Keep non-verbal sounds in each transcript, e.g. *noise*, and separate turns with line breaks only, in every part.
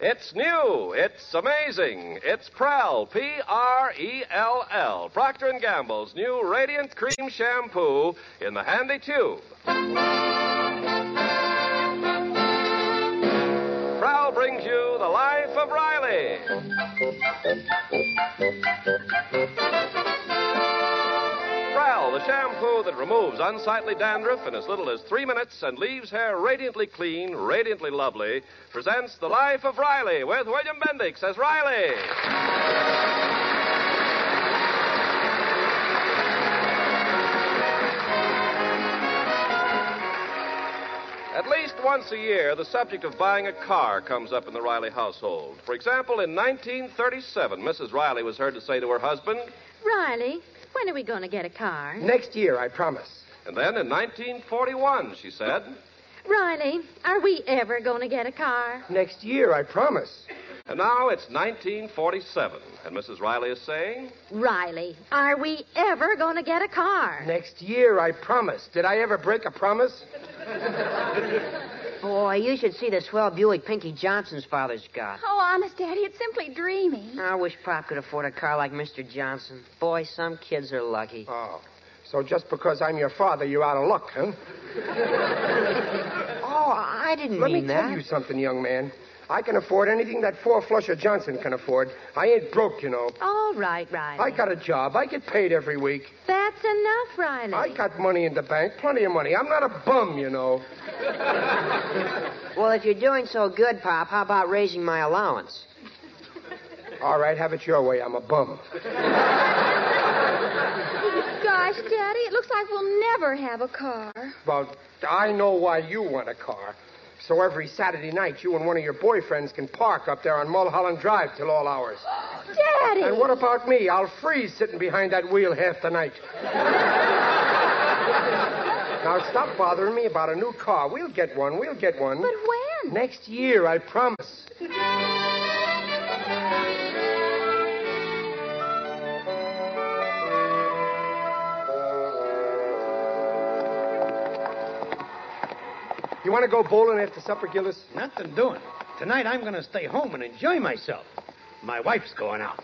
It's new. It's amazing. It's Prell, P-R-E-L-L, E Procter & Gamble's new Radiant Cream Shampoo in the handy tube. Prell brings you The Life of Riley. Prell, the shampoo that removes unsightly dandruff in as little as three minutes and leaves hair radiantly clean, radiantly lovely, presents The Life of Riley with William Bendix as Riley. At least once a year, the subject of buying a car comes up in the Riley household. For example, in 1937, Mrs. Riley was heard to say to her husband,
Riley, when are we going to get a car?
Next year, I promise.
and then in 1941, she said,
Riley, are we ever going to get a car?
Next year, I promise.
and now it's 1947, and Mrs. Riley is saying,
Riley, are we ever going to get a car?
Next year, I promise. Did I ever break a promise?
Boy, you should see the swell Buick Pinky Johnson's father's got.
Oh, honest, Daddy, it's simply dreamy. *laughs*
I wish Pop could afford a car like Mr. Johnson. Boy, some kids are lucky.
Oh. So just because I'm your father, you're out of luck, huh?
Oh, I didn't
Let
mean
me
that.
tell you something, young man. I can afford anything that four flusher Johnson can afford. I ain't broke, you know.
All right, Riley.
I got a job. I get paid every week.
That's enough, Riley.
I got money in the bank, plenty of money. I'm not a bum, you know.
Well, if you're doing so good, Pop, how about raising my allowance?
All right, have it your way. I'm a bum.
Gosh, Daddy, it looks like we'll never have a car.
Well, I know why you want a car. So every Saturday night, you and one of your boyfriends can park up there on Mulholland Drive till all hours.
Daddy!
And what about me? I'll freeze sitting behind that wheel half the night. now stop bothering me about a new car. We'll get one. We'll get one.
But when?
Next year, I promise. You want to go bowling after supper, Gillis?
Nothing doing. Tonight I'm going to stay home and enjoy myself. My wife's going out.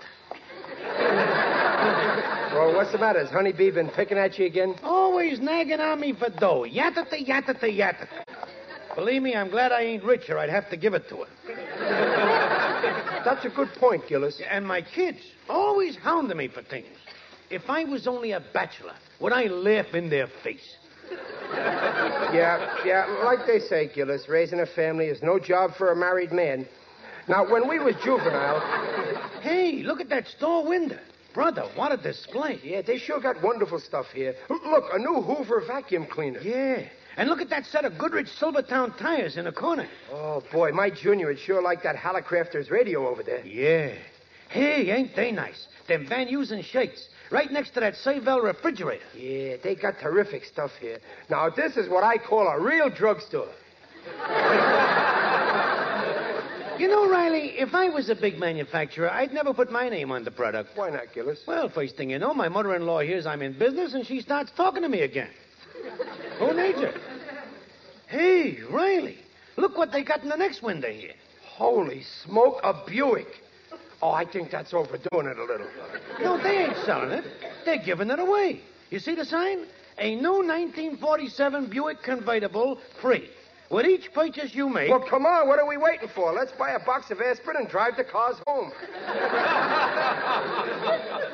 Well, what's the matter? Has Honeybee been picking at you again?
Always nagging on me for dough. Yatata, yatata, yatata. Believe me, I'm glad I ain't rich or I'd have to give it to her.
That's a good point, Gillis.
And my kids always hounding me for things. If I was only a bachelor, would I laugh in their face?
Yeah, yeah, like they say, Gillis, raising a family is no job for a married man. Now, when we was juvenile,
Hey, look at that store window. Brother, what a display.
yeah, they sure got wonderful stuff here. Look, a new Hoover vacuum cleaner.
Yeah. And look at that set of Goodrich Silvertown tires in the corner.
Oh, boy, my junior would sure like that Hallicrafters radio over there.
Yeah. Hey, ain't they nice? Them Van Usen shakes. Right next to that Sayvel refrigerator.
Yeah, they got terrific stuff here. Now, this is what I call a real drugstore.
You know, Riley, if I was a big manufacturer, I'd never put my name on the product.
Why not, Gillis?
Well, first thing you know, my mother in law hears I'm in business and she starts talking to me again. Who needs her? Hey, Riley, look what they got in the next window here.
Holy smoke, a Buick. Oh, I think that's overdoing it a little.
No, they ain't selling it. They're giving it away. You see the sign? A new 1947 Buick convertible, free. With each purchase you make.
Well, come on, what are we waiting for? Let's buy a box of aspirin and drive the cars home.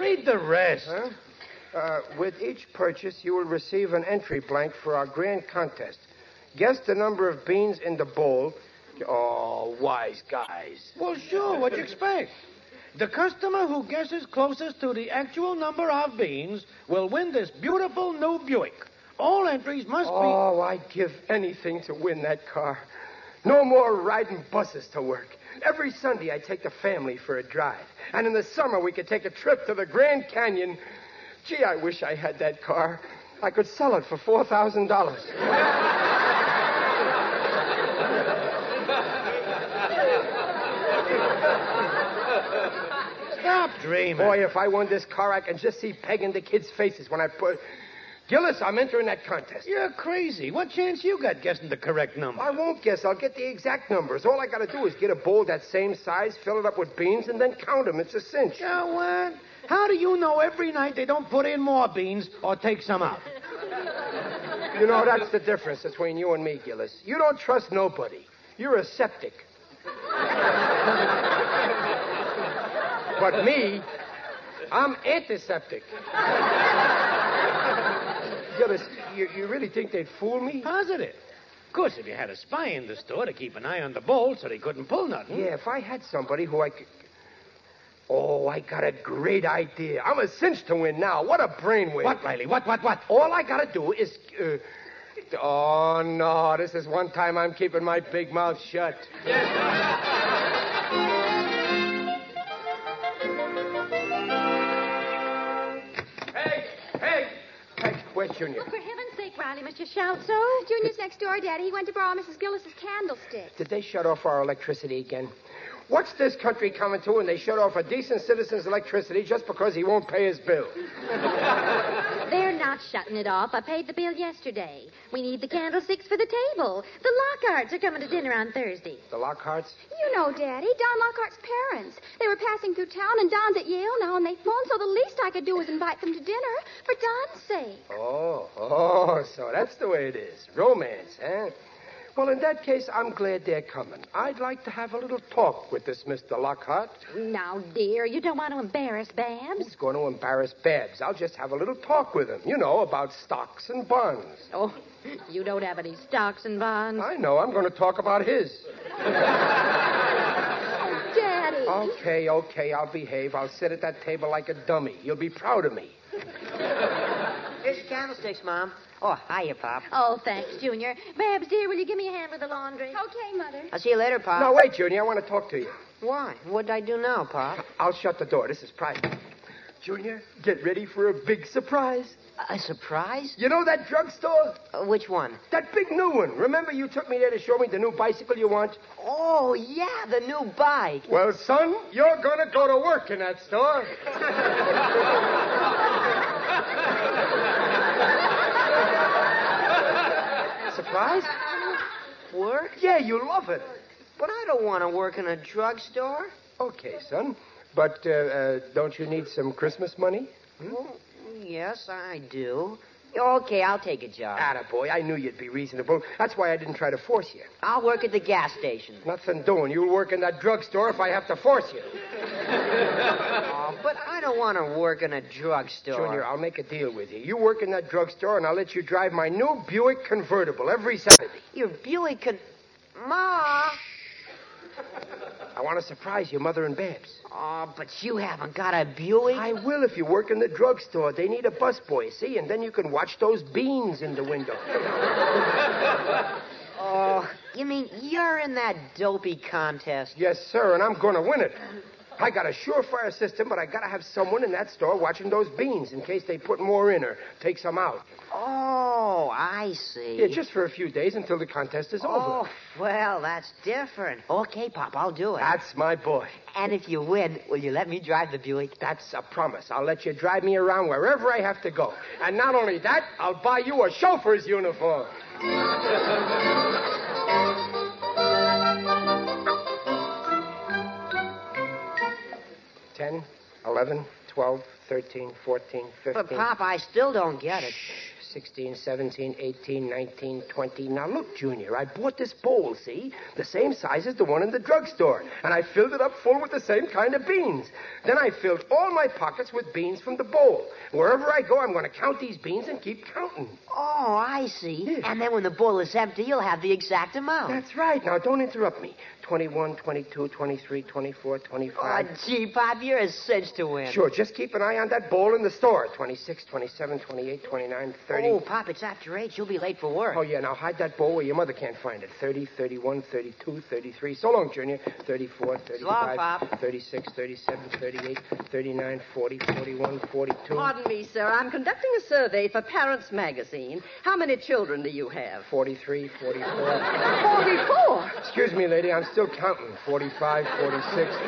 read the rest.
Huh? Uh, with each purchase, you will receive an entry blank for our grand contest. Guess the number of beans in the bowl. Oh, wise guys.
Well, sure. What you expect? The customer who guesses closest to the actual number of beans will win this beautiful new Buick. All entries must be.
Oh, I'd give anything to win that car. No more riding buses to work. Every Sunday, I take the family for a drive. And in the summer, we could take a trip to the Grand Canyon. Gee, I wish I had that car. I could sell it for $4,000.
Stop dreaming.
Boy, if I won this car, I can just see Peg and the kids' faces when I put. Gillis, I'm entering that contest.
You're crazy. What chance you got guessing the correct number?
I won't guess. I'll get the exact numbers. All I gotta do is get a bowl that same size, fill it up with beans, and then count them. It's a cinch.
You know what? How do you know every night they don't put in more beans or take some out?
You know, that's the difference between you and me, Gillis. You don't trust nobody. You're a septic. but me, I'm antiseptic. Gillis, you, you really think they'd fool me?
Positive. Of course, if you had a spy in the store to keep an eye on the bowl so they couldn't pull nothing.
Yeah, if I had somebody who I could. Oh, I got a great idea. I'm a cinch to win now. What a brainwave.
What, Riley? What, what, what?
All I gotta do is. Uh, oh, no. This is one time I'm keeping my big mouth shut. hey, hey, hey, where's Junior?
Look, for heaven's sake, Riley, must you shout so? Junior's next door, Daddy. He went to borrow Mrs. Gillis's candlestick.
Did they shut off our electricity again? What's this country coming to when they shut off a decent citizen's electricity just because he won't pay his bill?
They're not shutting it off. I paid the bill yesterday. We need the candlesticks for the table. The Lockharts are coming to dinner on Thursday.
The Lockharts?
You know, Daddy, Don Lockhart's parents. They were passing through town, and Don's at Yale now, and they phoned, so the least I could do was invite them to dinner for Don's sake.
Oh, oh, so that's the way it is. Romance, eh? Well, in that case, I'm glad they're coming. I'd like to have a little talk with this Mr. Lockhart.
Now, dear, you don't want to embarrass Babs.
Who's going to embarrass Babs? I'll just have a little talk with him, you know, about stocks and bonds.
Oh, you don't have any stocks and bonds.
I know, I'm going to talk about his.
Daddy.
Okay, okay, I'll behave. I'll sit at that table like a dummy. You'll be proud of me.
Here's your candlesticks, Mom. Oh, hiya, Pop.
Oh, thanks, Junior. Babs, dear, will you give me a hand with the laundry?
Okay, Mother.
I'll see you later, Pop.
Now, Oh, wait, Junior, I want to talk to you.
Why? What'd I do now, Pop?
I'll shut the door. This is private. Junior, get ready for a big surprise.
A surprise?
You know that drugstore?
Uh, which one?
That big new one. Remember you took me there to show me the new bicycle you want?
Oh, yeah, the new bike.
Well, son, you're gonna go to work in that
*laughs*
store. Surprise?
Work?
Yeah, you love it.
But I don't want to work in a drugstore.
Okay, son. But uh, uh, don't you need some Christmas money?
Well, Oh, yes, I do. Okay, I'll take a job.
Attaboy, I knew you'd be reasonable. That's why I didn't try to force you.
I'll work at the gas station.
Nothing doing. You'll work in that drugstore if I have to force you.
Oh, but I don't want to work in a drugstore.
Junior, I'll make a deal with you. You work in that drugstore, and I'll let you drive my new Buick convertible every Saturday.
Your Buick can. Ma!
I want to surprise your mother and Babs.
Oh, but you haven't got a Buick.
I will if you work in the drugstore. They need a busboy, see? And then you can watch those beans in the window.
Oh, you mean you're in that dopey contest?
yes, sir, and I'm going to win it. I got a surefire system, but I got to have someone in that store watching those beans in case they put more in or take some out.
Oh, I see.
Yeah, just for a few days until the contest is
Oh,
over.
well, that's different. Okay, Pop, I'll do it.
That's my boy.
And if you win, will you let me drive the Buick?
That's a promise. I'll let you drive me around wherever I have to go. And not only that, I'll buy you a chauffeur's uniform. Ten, eleven, twelve, thirteen, fourteen,
But,
fifteen,
Pop, I still don't get it.
sixteen, seventeen, eighteen, nineteen, twenty. Now look, Junior, I bought this bowl, see? The same size as the one in the drugstore. And I filled it up full with the same kind of beans. Then I filled all my pockets with beans from the bowl. Wherever I go, I'm going to count these beans and keep counting.
Oh, I see. And then when the bowl is empty, you'll have the exact amount.
That's right. Now don't interrupt me. 21, 22, 23, 24, 25.
Oh, gee, Pop, you're a cinch to win.
Sure, just keep an eye on that bowl in the store. 26, 27, 28, 29, 30.
Oh, Pop, it's after eight. You'll be late for work.
Oh, yeah, now hide that bowl where your mother can't find it. 30, 31, 32, 33. So long, Junior. 34, 35,
Pop.
36, 37, 38, 39, 40, 41, 42,
Pardon me, sir. I'm conducting a survey for Parents Magazine. How many children do you have?
43, 44.
44.
Excuse me, lady, I'm still counting. 45, 46, 47.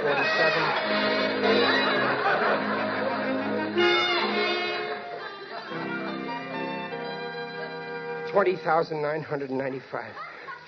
20,995.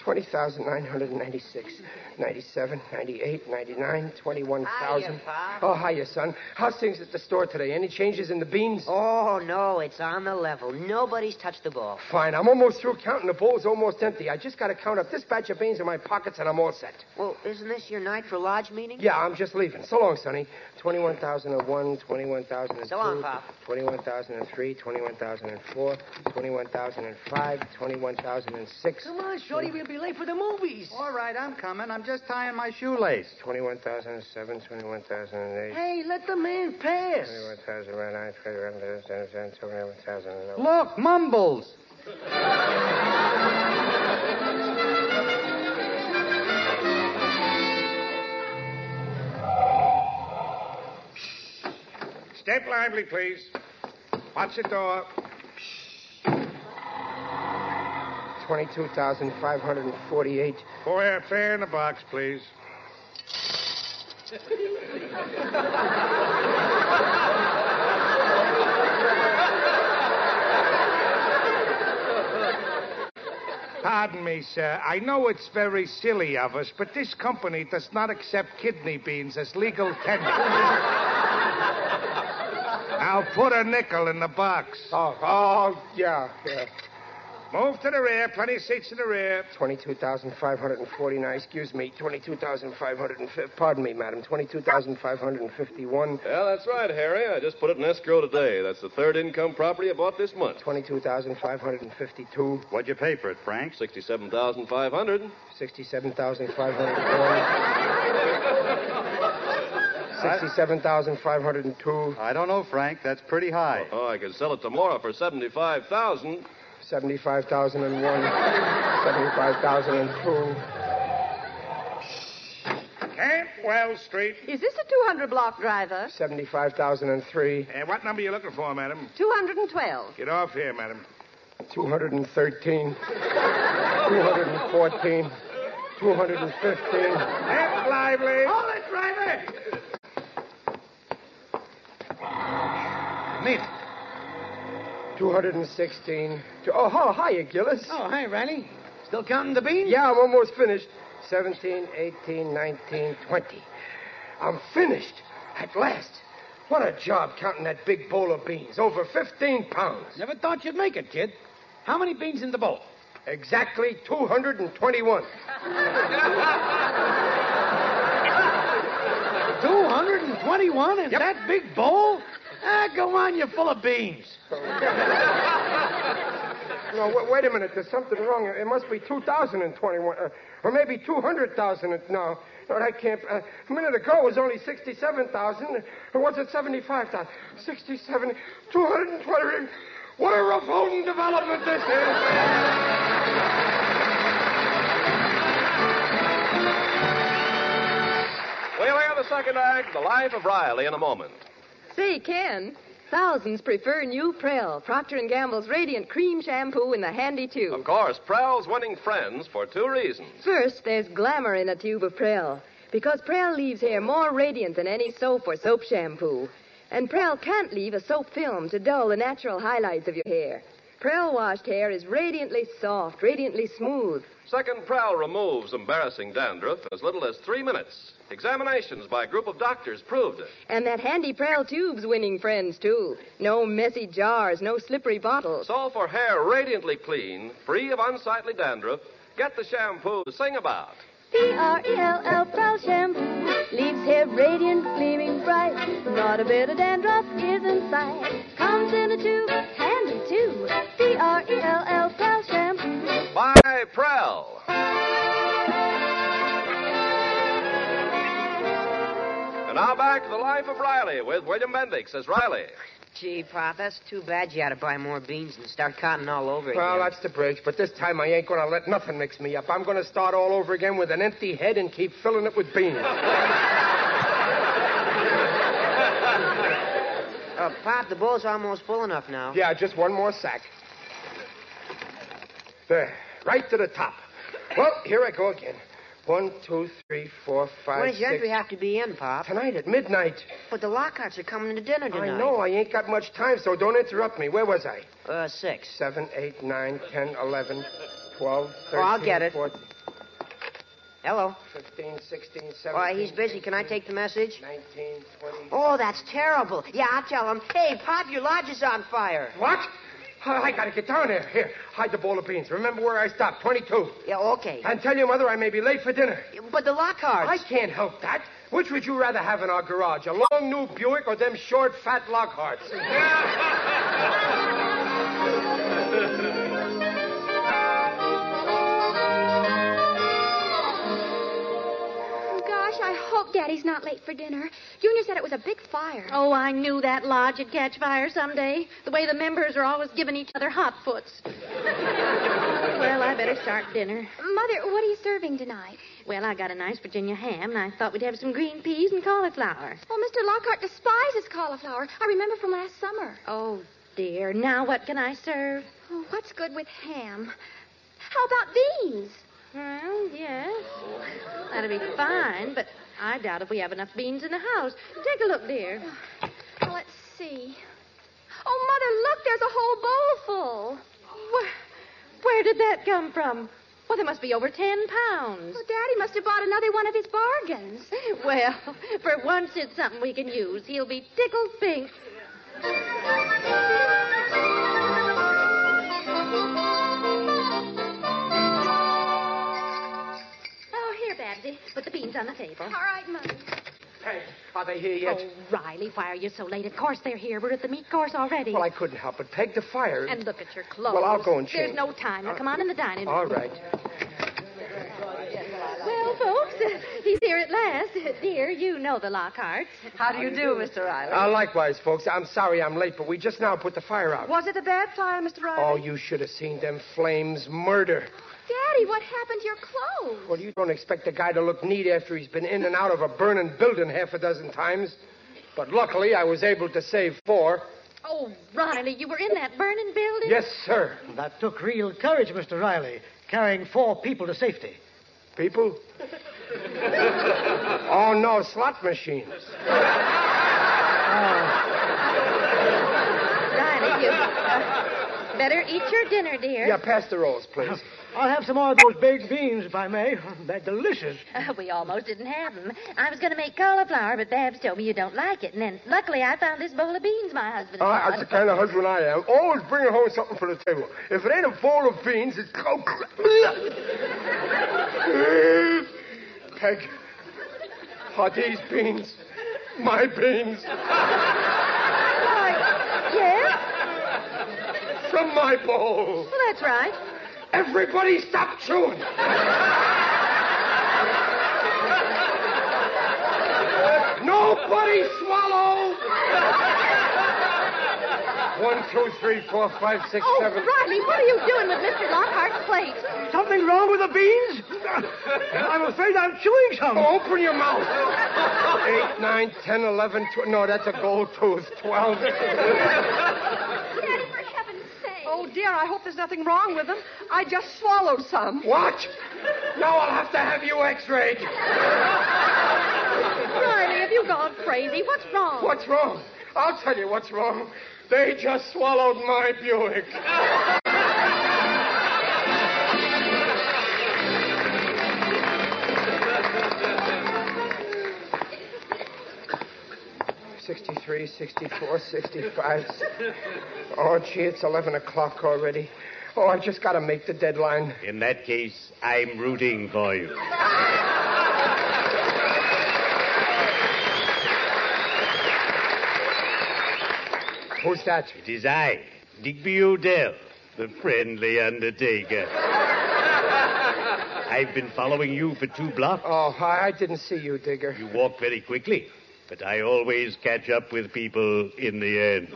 20,996, 97, 98, 99, 21,000.
Hiya, Pop.
Oh, hiya, son. How's things at the store today? Any changes in the beans?
Oh, no, it's on the level. Nobody's touched the ball.
Fine. I'm almost through counting. The bowl's almost empty. I just got to count up this batch of beans in my pockets, and I'm all set.
Well, isn't this your night for lodge meeting?
Yeah, I'm just leaving. So long, Sonny. 21,001, 21,002,
So long, Pop.
21,003, 21,004, 21,005, 21,006,
Come on, Shorty, we'll be late for the movies. All right, I'm coming. I'm just tying my shoelace.
21,007, 21,008,
Hey, let the man pass.
21,009, 21,010, 21,011.
Look, Mumbles.
Step lively, please. Watch the door.
22,548.
Boy, fair in the box, please. Pardon me, sir. I know it's very silly of us, but this company does not accept kidney beans as legal tender.
*laughs*
now put a nickel in the box.
Oh, oh, yeah, yeah.
Move to the rear. Plenty of seats in the rear.
22,549, excuse me, 22,550. Pardon me, madam, 22,551,
Yeah, that's right, Harry. I just put it in escrow today. That's the third income property I bought this month.
22,552,
What'd you pay for it, Frank?
Sixty-seven thousand five hundred.
67,501, 67,502,
I don't know, Frank. That's pretty high.
Oh, I could sell it tomorrow for seventy-five thousand.
75,001, 75,002.
Campwell Street.
Is this a 200 block driver?
75,003,
Uh, what number are you looking for, madam?
212.
Get off here, madam.
213, 214, 215,
Step lively.
Hold it, driver! Meet.
216. To, oh, hi, hiya, Gillis.
Oh, hi, Riley. Still counting the beans?
Yeah, I'm almost finished. 17, 18, 19, 20. I'm finished. At last. What a job counting that big bowl of beans. Over 15 pounds.
Never thought you'd make it, kid. How many beans in the bowl?
Exactly 221.
221 in that big bowl? Ah, go on, you're full of beans.
No, wa- wait a minute. There's something wrong. It must be 2,021. Uh, or maybe 200,000. and- uh, No, no, that can't. Uh, a minute ago it was only 67,000. Or was it 75,000? 67, 220. What a revolting development this is.
We'll hear the second act, The Life of Riley, in a moment.
Say, Ken, thousands prefer new Prel, Procter & Gamble's Radiant Cream Shampoo in the handy
Of
tube.
course, Prell's winning friends for two reasons.
First, there's glamour in a tube of Prel, because Prel leaves hair more radiant than any soap or soap shampoo. And Prel can't leave a soap film to dull the natural highlights of your hair. Prel washed hair is radiantly soft, radiantly smooth.
Second, Prell removes embarrassing dandruff in as little as three minutes. Examinations by a group of doctors proved it.
And that handy Prel tube's winning friends, too. No messy jars, no slippery bottles.
So for hair radiantly clean, free of unsightly dandruff, get the shampoo to sing about.
E P-R-E-L-L, Prel Shampoo. Leaves hair radiant, gleaming bright. Not a bit of dandruff is in sight. Comes in a tube, handy too. E P-R-E-L-L, Prel Shampoo.
By Prell. And now back to The Life of Riley with William Bendix as Riley.
Gee, Pop, that's too bad you had to buy more beans and start counting all over
Well,
again.
that's the bridge, but this time I ain't going to let nothing mix me up. I'm going to start all over again with an empty head and keep filling it with beans.
Uh, Pop, the bowl's almost full enough now.
yeah, just one more sack. There, right to the top. Well, here I go again. One, two, three, four, five,
What does your
six.
entry have to be in, Pop?
Tonight at midnight.
But the Lockharts are coming to dinner tonight.
I know I ain't got much time, so don't interrupt me. Where was I?
Uh, six.
Seven, eight, nine, ten, eleven, twelve,
Oh,
thirteen,
I'll get it.
14,
Hello.
15, 16, 17.
Why, he's busy. Can I take the message?
19, 20.
Oh, that's terrible. Yeah, I'll tell him. Hey, Pop, your lodge is on fire.
What? Oh, I gotta get down there. Here, hide the bowl of beans. Remember where I stopped, 22.
Yeah, okay.
And tell your mother I may be late for dinner.
But the Lockharts.
I can't help that. Which would you rather have in our garage, a long new Buick or them short, fat Lockharts?
Oh, gosh, I hope Daddy's not late for dinner. Junior said it was a big fire.
Oh, I knew that lodge would catch fire someday. The way the members are always giving each other hot foots. well, I better start dinner.
Mother, what are you serving tonight?
Well, I got a nice Virginia ham, and I thought we'd have some green peas and cauliflower.
Oh, Mr. Lockhart despises cauliflower. I remember from last summer.
Oh, dear. Now what can I serve?
Oh, what's good with ham? How about beans?
Well, yes. That'll be fine, but I doubt if we have enough beans in the house. Take a look, dear.
Well, let's see. Oh, Mother, look, there's a whole bowl full.
Where, where did that come from? Well, there must be over ten pounds.
Well, Daddy must have bought another one of his bargains.
*laughs* Well, for once it's something we can use. He'll be tickled pink. Oh, here, Babsy. Put the beans on the table.
All right, Mother.
hey, are they here yet?
Oh, Riley, why are you so late? Of course they're here. We're at the meat course already.
Well, I couldn't help but peg the fire.
And look at your clothes.
Well, I'll go and
There's
change.
no time. Now, come on in the dining room.
All right.
Well, folks, uh, he's here at last. Uh, Dear, you know the Lockhart.
How do you do, Mr. Riley?
Uh, likewise, folks. I'm sorry I'm late, but we just now put the fire out.
Was it a bad fire, Mr.
Oh,
Riley?
you should have seen them flames murder.
Oh. Daddy, what happened to your clothes?
Well, you don't expect a guy to look neat after he's been in and out of a burning building half a dozen times. But luckily, I was able to save four.
Oh, Riley, you were in that
*laughs*
burning building?
Yes, sir.
That took real courage, Mr. Riley, carrying four people to safety.
People? oh, no, slot machines.
Riley,
*laughs*
you uh, better eat your dinner, dear.
Yeah, pass the rolls, please.
I'll have some more of those baked beans, if I may. *laughs* They're delicious.
Uh, we almost didn't have them. I was going to make cauliflower, but Babs told me you don't like it. And then luckily I found this bowl of beans my husband
Oh,
Uh,
had
that's the kind of husband I am. Always bringing home something for the table. If it ain't a bowl of beans, it's Peg, are these beans my beans?
Yes?
From my bowl.
Well, that's right.
Everybody stop chewing. Nobody swallow. One, two, three, four, five, six,
Oh,
seven.
Riley, what are you doing with Mr. Lockhart's plate?
Something wrong with the
*laughs*
beans? I'm afraid I'm chewing some.
Oh, open your mouth. Eight, nine, ten, eleven, twelve. No, that's a gold tooth. Twelve.
*laughs*
Daddy, for heaven's sake.
Oh, dear, I hope there's nothing wrong with them. I just swallowed some.
What? Now I'll have to have you x-rayed.
Riley, have you gone crazy? What's wrong?
What's wrong? I'll tell you what's wrong. They just swallowed my Buick. Sixty-three, sixty-four, sixty-five. Oh, gee, it's eleven o'clock already. Oh, I just got to make the deadline.
In that case, I'm rooting for you.
Who's that?
It is I, Digby Odell, the friendly undertaker. I've been following you for two blocks.
Oh, I, I didn't see you, Digger.
You walk very quickly, but I always catch up with people in the end.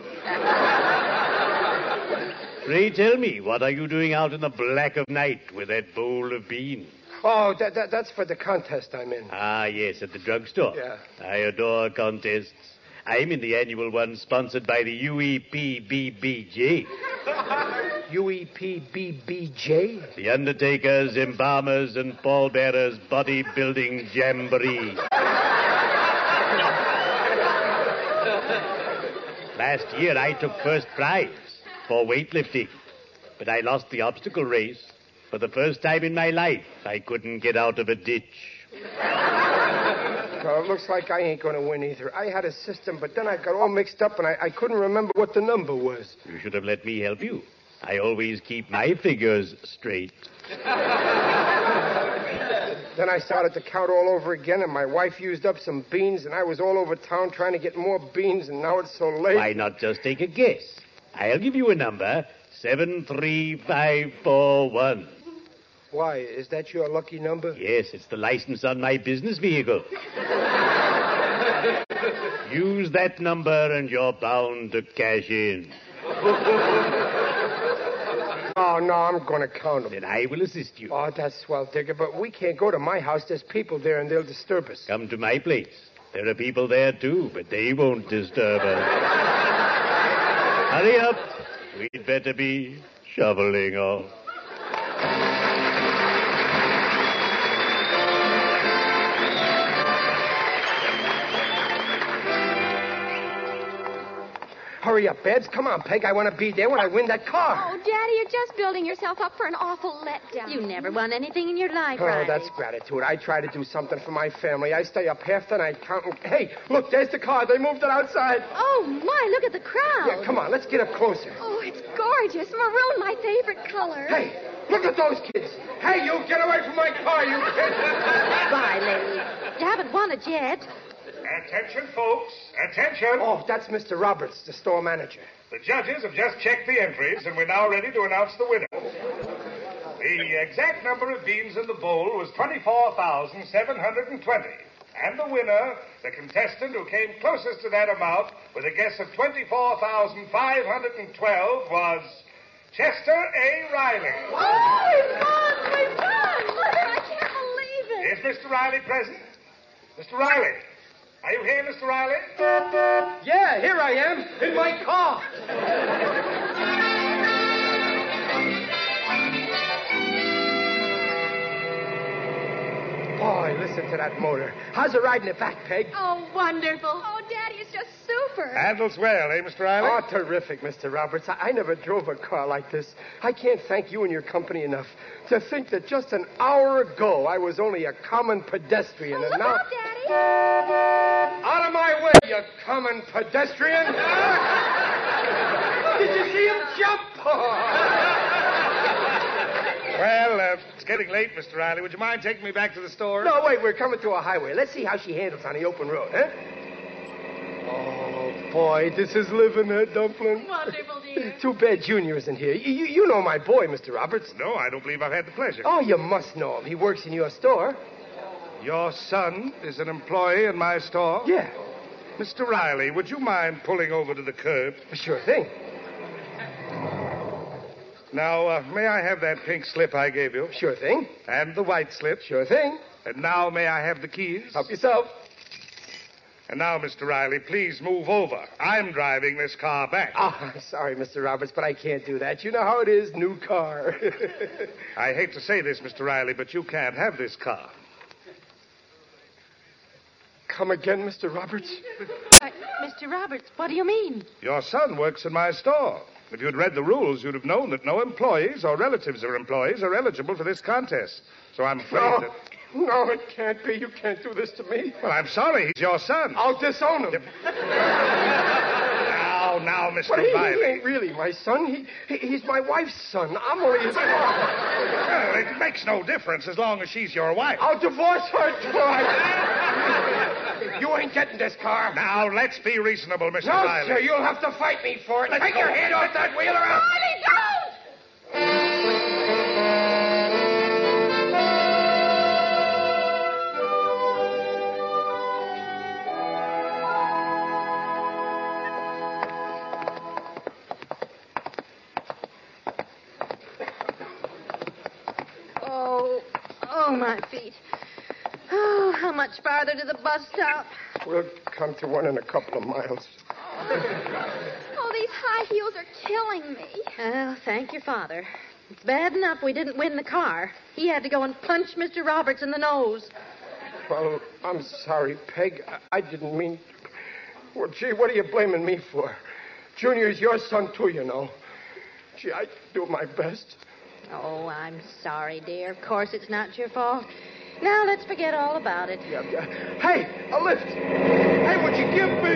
Pray tell me, what are you doing out in the black of night with that bowl of beans?
Oh, that, that, that's for the contest I'm in.
Ah, yes, at the drugstore.
Yeah.
I adore contests. I'm in the annual one sponsored by the E UEPBBJ.
E
UEPBBJ?
The Undertakers, Embalmers, and Pallbearers Bodybuilding Jamboree. Last year I took first prize for weightlifting, but I lost the obstacle race. For the first time in my life, I couldn't get out of a ditch.
Well, it looks like I ain't going to win either. I had a system, but then I got all mixed up and I, I couldn't remember what the number was.
You should have let me help you. I always keep my figures straight.
Then I started to count all over again, and my wife used up some beans, and I was all over town trying to get more beans, and now it's so late.
Why not just take a guess? I'll give you a number 73541.
Why? Is that your lucky
*laughs*
number?
Yes, it's the license on my business vehicle. Use that number and you're bound to cash in.
Oh, no, I'm going to count them.
Then I will assist you.
Oh, that's swell, Digger, but we can't go to my house. There's people there, and they'll disturb us.
Come to my place. There are people there too, but they won't disturb us. Hurry up. We'd better be shoveling off.
Hurry up, Babs. Come on, Peg. I want to be there when I win that car.
Oh, Daddy, you're just building yourself up for an awful letdown.
You never won anything in your life,
Oh,
Riley.
that's gratitude. I try to do something for my family. I stay up half the night counting. Hey, look, there's the car. They moved it outside.
Oh, my, look at the crowd.
Yeah, come on, let's get up closer.
Oh, it's gorgeous. Maroon, my favorite color.
Hey, look at those kids. Hey, you get away from my
*laughs*
car, you kid.
Riley, you haven't won it yet.
Attention, folks. Attention.
Oh, that's Mr. Roberts, the store manager.
The judges have just checked the entries, and we're now ready to announce the winner. The exact number of beans in the bowl was 24,720. And the winner, the contestant who came closest to that amount with a guess of 24,512, was Chester A. Riley. Is Mr. Riley present? Mr. Riley. Are you here, Mr. Riley?
Yeah, here I am, in my car. Boy, listen to that motor. How's it riding it back, Peg?
Oh, wonderful. Oh, Daddy, it's just super.
Handles well, eh, Mr. Riley? Oh, terrific, Mr. Roberts. I, I never drove a car like this. I can't thank you and your company enough. To think that just an hour ago I was only a common pedestrian, and now out of my way, you common pedestrian! *laughs* Did you see him jump?
Well, uh, it's getting late, Mr. Riley. Would you mind taking me back to the store?
No, wait, we're coming to a highway. Let's see how she handles on the open road, huh? Oh, boy, this is living, huh, Dumpling?
Wonderful, dear.
*laughs* Too bad Junior isn't here. You, you, you know my boy, Mr. Roberts.
No, I don't believe I've had the pleasure.
Oh, you must know him. He works in your store.
Your son is an employee in my store?
Yeah.
Mr. Riley, would you mind pulling over to the curb?
Sure thing.
Now, uh, may I have that pink slip I gave you?
Sure thing.
And the white slip?
Sure thing.
And now, may I have the keys?
Help yourself.
And now, Mr. Riley, please move over. I'm driving this car back.
Oh, I'm sorry, Mr. Roberts, but I can't do that. You know how it is, new car.
*laughs* I hate to say this, Mr. Riley, but you can't have this car.
Come again, Mr. Roberts?
Mr. Uh, Roberts, what do you mean?
Your son works in my store. If you'd read the rules, you'd have known that no employees or relatives of employees are eligible for this contest. So I'm afraid
No.
that.
No, it can't be. You can't do this to me.
Well, I'm sorry. He's your son.
I'll disown him.
Now, now, Mr.
But he, he
Riley.
ain't really my son. He, he he's my wife's son. I'm only his
Well, *laughs* it makes no difference as long as she's your wife.
I'll divorce her twice. *laughs* you ain't getting this car.
Now, let's be reasonable, Mr.
No,
Riley.
sir, you'll have to fight me for it. Take your hand off that wheel or I'll...
Oh, oh, my feet. Oh, how much farther to the bus stop.
We'll come to one in a couple of miles.
Oh, these high heels are killing me. Oh, thank your father. It's bad enough we didn't win the car. He had to go and punch Mr. Roberts in the nose.
Well, I'm sorry, Peg. I, I didn't mean. Well, gee, what are you blaming me for? Junior's your son, too, you know. Gee, I do my best.
Oh, I'm sorry, dear. Of course it's not your fault. Now let's forget all about it.
Hey, a lift. Hey, would you give me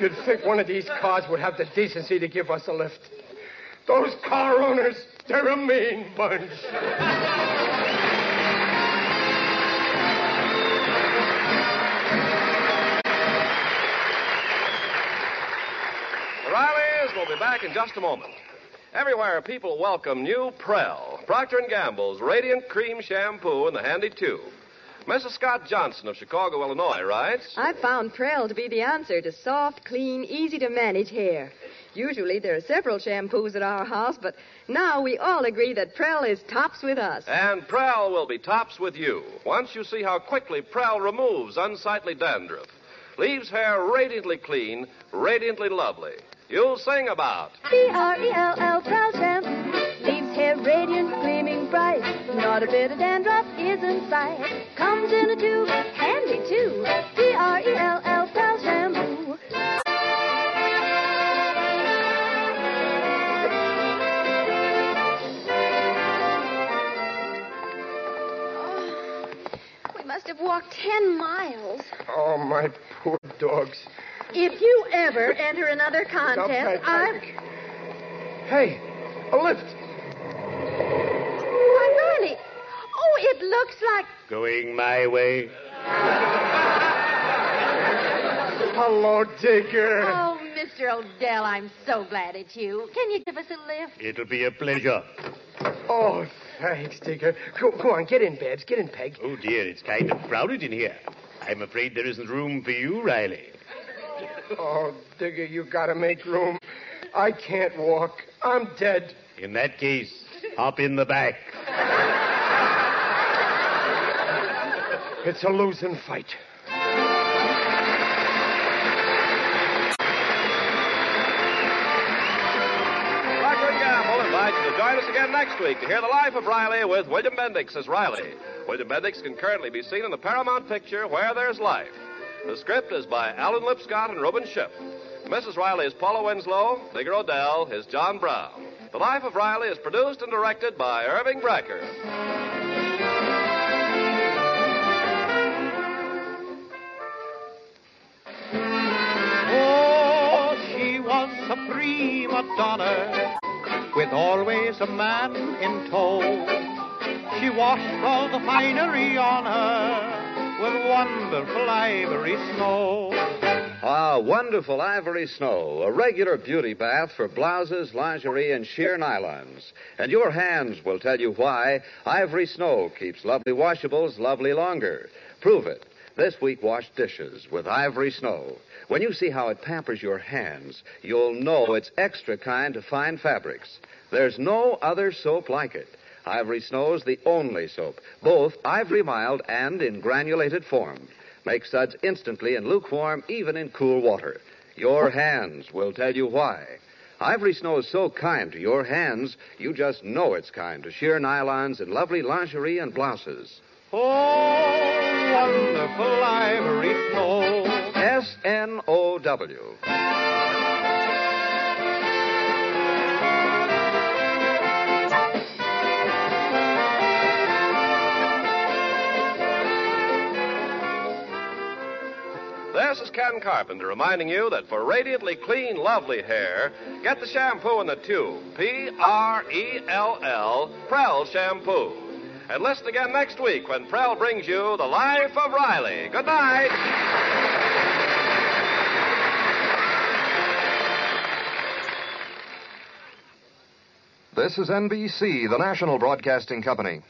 You'd think one of these cars would have the decency to give us a lift. Those car owners, they're a mean bunch.
The Rileys will be back in just a moment. Everywhere people welcome new Prel, Procter & Gamble's Radiant Cream Shampoo in the handy tube. Mrs. Scott Johnson of Chicago, Illinois writes,
I've found Prel to be the answer to soft, clean, easy to manage hair. Usually there are several shampoos at our house, but now we all agree that Prel is tops with us.
And Prel will be tops with you once you see how quickly Prel removes unsightly dandruff, leaves hair radiantly clean, radiantly lovely. You'll sing about
E
P-R-E-L-L, Prowl Champ. Leaves hair radiant, gleaming bright. Not a bit of dandruff is in sight. Comes in a tube, handy too.
E
P-R-E-L-L, Prowl Shampoo.
We must have walked ten miles.
Oh, my poor dogs.
If you ever enter another
Okay,
contest, I've.
Hey, a lift.
Why, Riley. Oh, it looks like.
Going my way.
Hello, Digger.
Oh, Mr. Odell, I'm so glad it's you. Can you give us a lift?
It'll be a pleasure.
Oh, thanks, Digger. Go, go on, get in, Babs. Get in, Peg.
Oh, dear, it's kind of crowded in here. I'm afraid there isn't room for you, Riley.
Oh, Digger, you gotta make room. I can't walk. I'm dead.
In that case, hop in the back.
It's a losing fight.
Procter & Gamble invites you to join us again next week to hear the life of Riley with William Bendix as Riley. William Bendix can currently be seen in the Paramount picture Where There's Life. The script is by Alan Lipscott and Reuben Ship. Mrs. Riley is Paula Winslow. Digger Odell is John Brown. The Life of Riley is produced and directed by Irving Brecker.
Oh, she was a prima donna with always a man in tow. She washed all the finery on her with wonderful ivory snow.
Ah, wonderful ivory snow, a regular beauty bath for blouses, lingerie, and sheer nylons. And your hands will tell you why ivory snow keeps lovely washables lovely longer. Prove it. This week, wash dishes with ivory snow. When you see how it pampers your hands, you'll know it's extra kind to fine fabrics. There's no other soap like it. Ivory Snow's the only soap, both ivory mild and in granulated form. Make suds instantly and lukewarm, even in cool water.
Oh.
Your hands will tell you why. Ivory Snow is so kind to your hands, you just know it's kind to sheer nylons and lovely lingerie and blouses.
Oh, wonderful ivory snow.
S N O W.
This is Ken Carpenter reminding you that for radiantly clean, lovely hair, get the shampoo in the tube. P R E L L, Prel Shampoo. And listen again next week when Prel brings you The Life of Riley. Good night.
This is NBC, the national broadcasting company.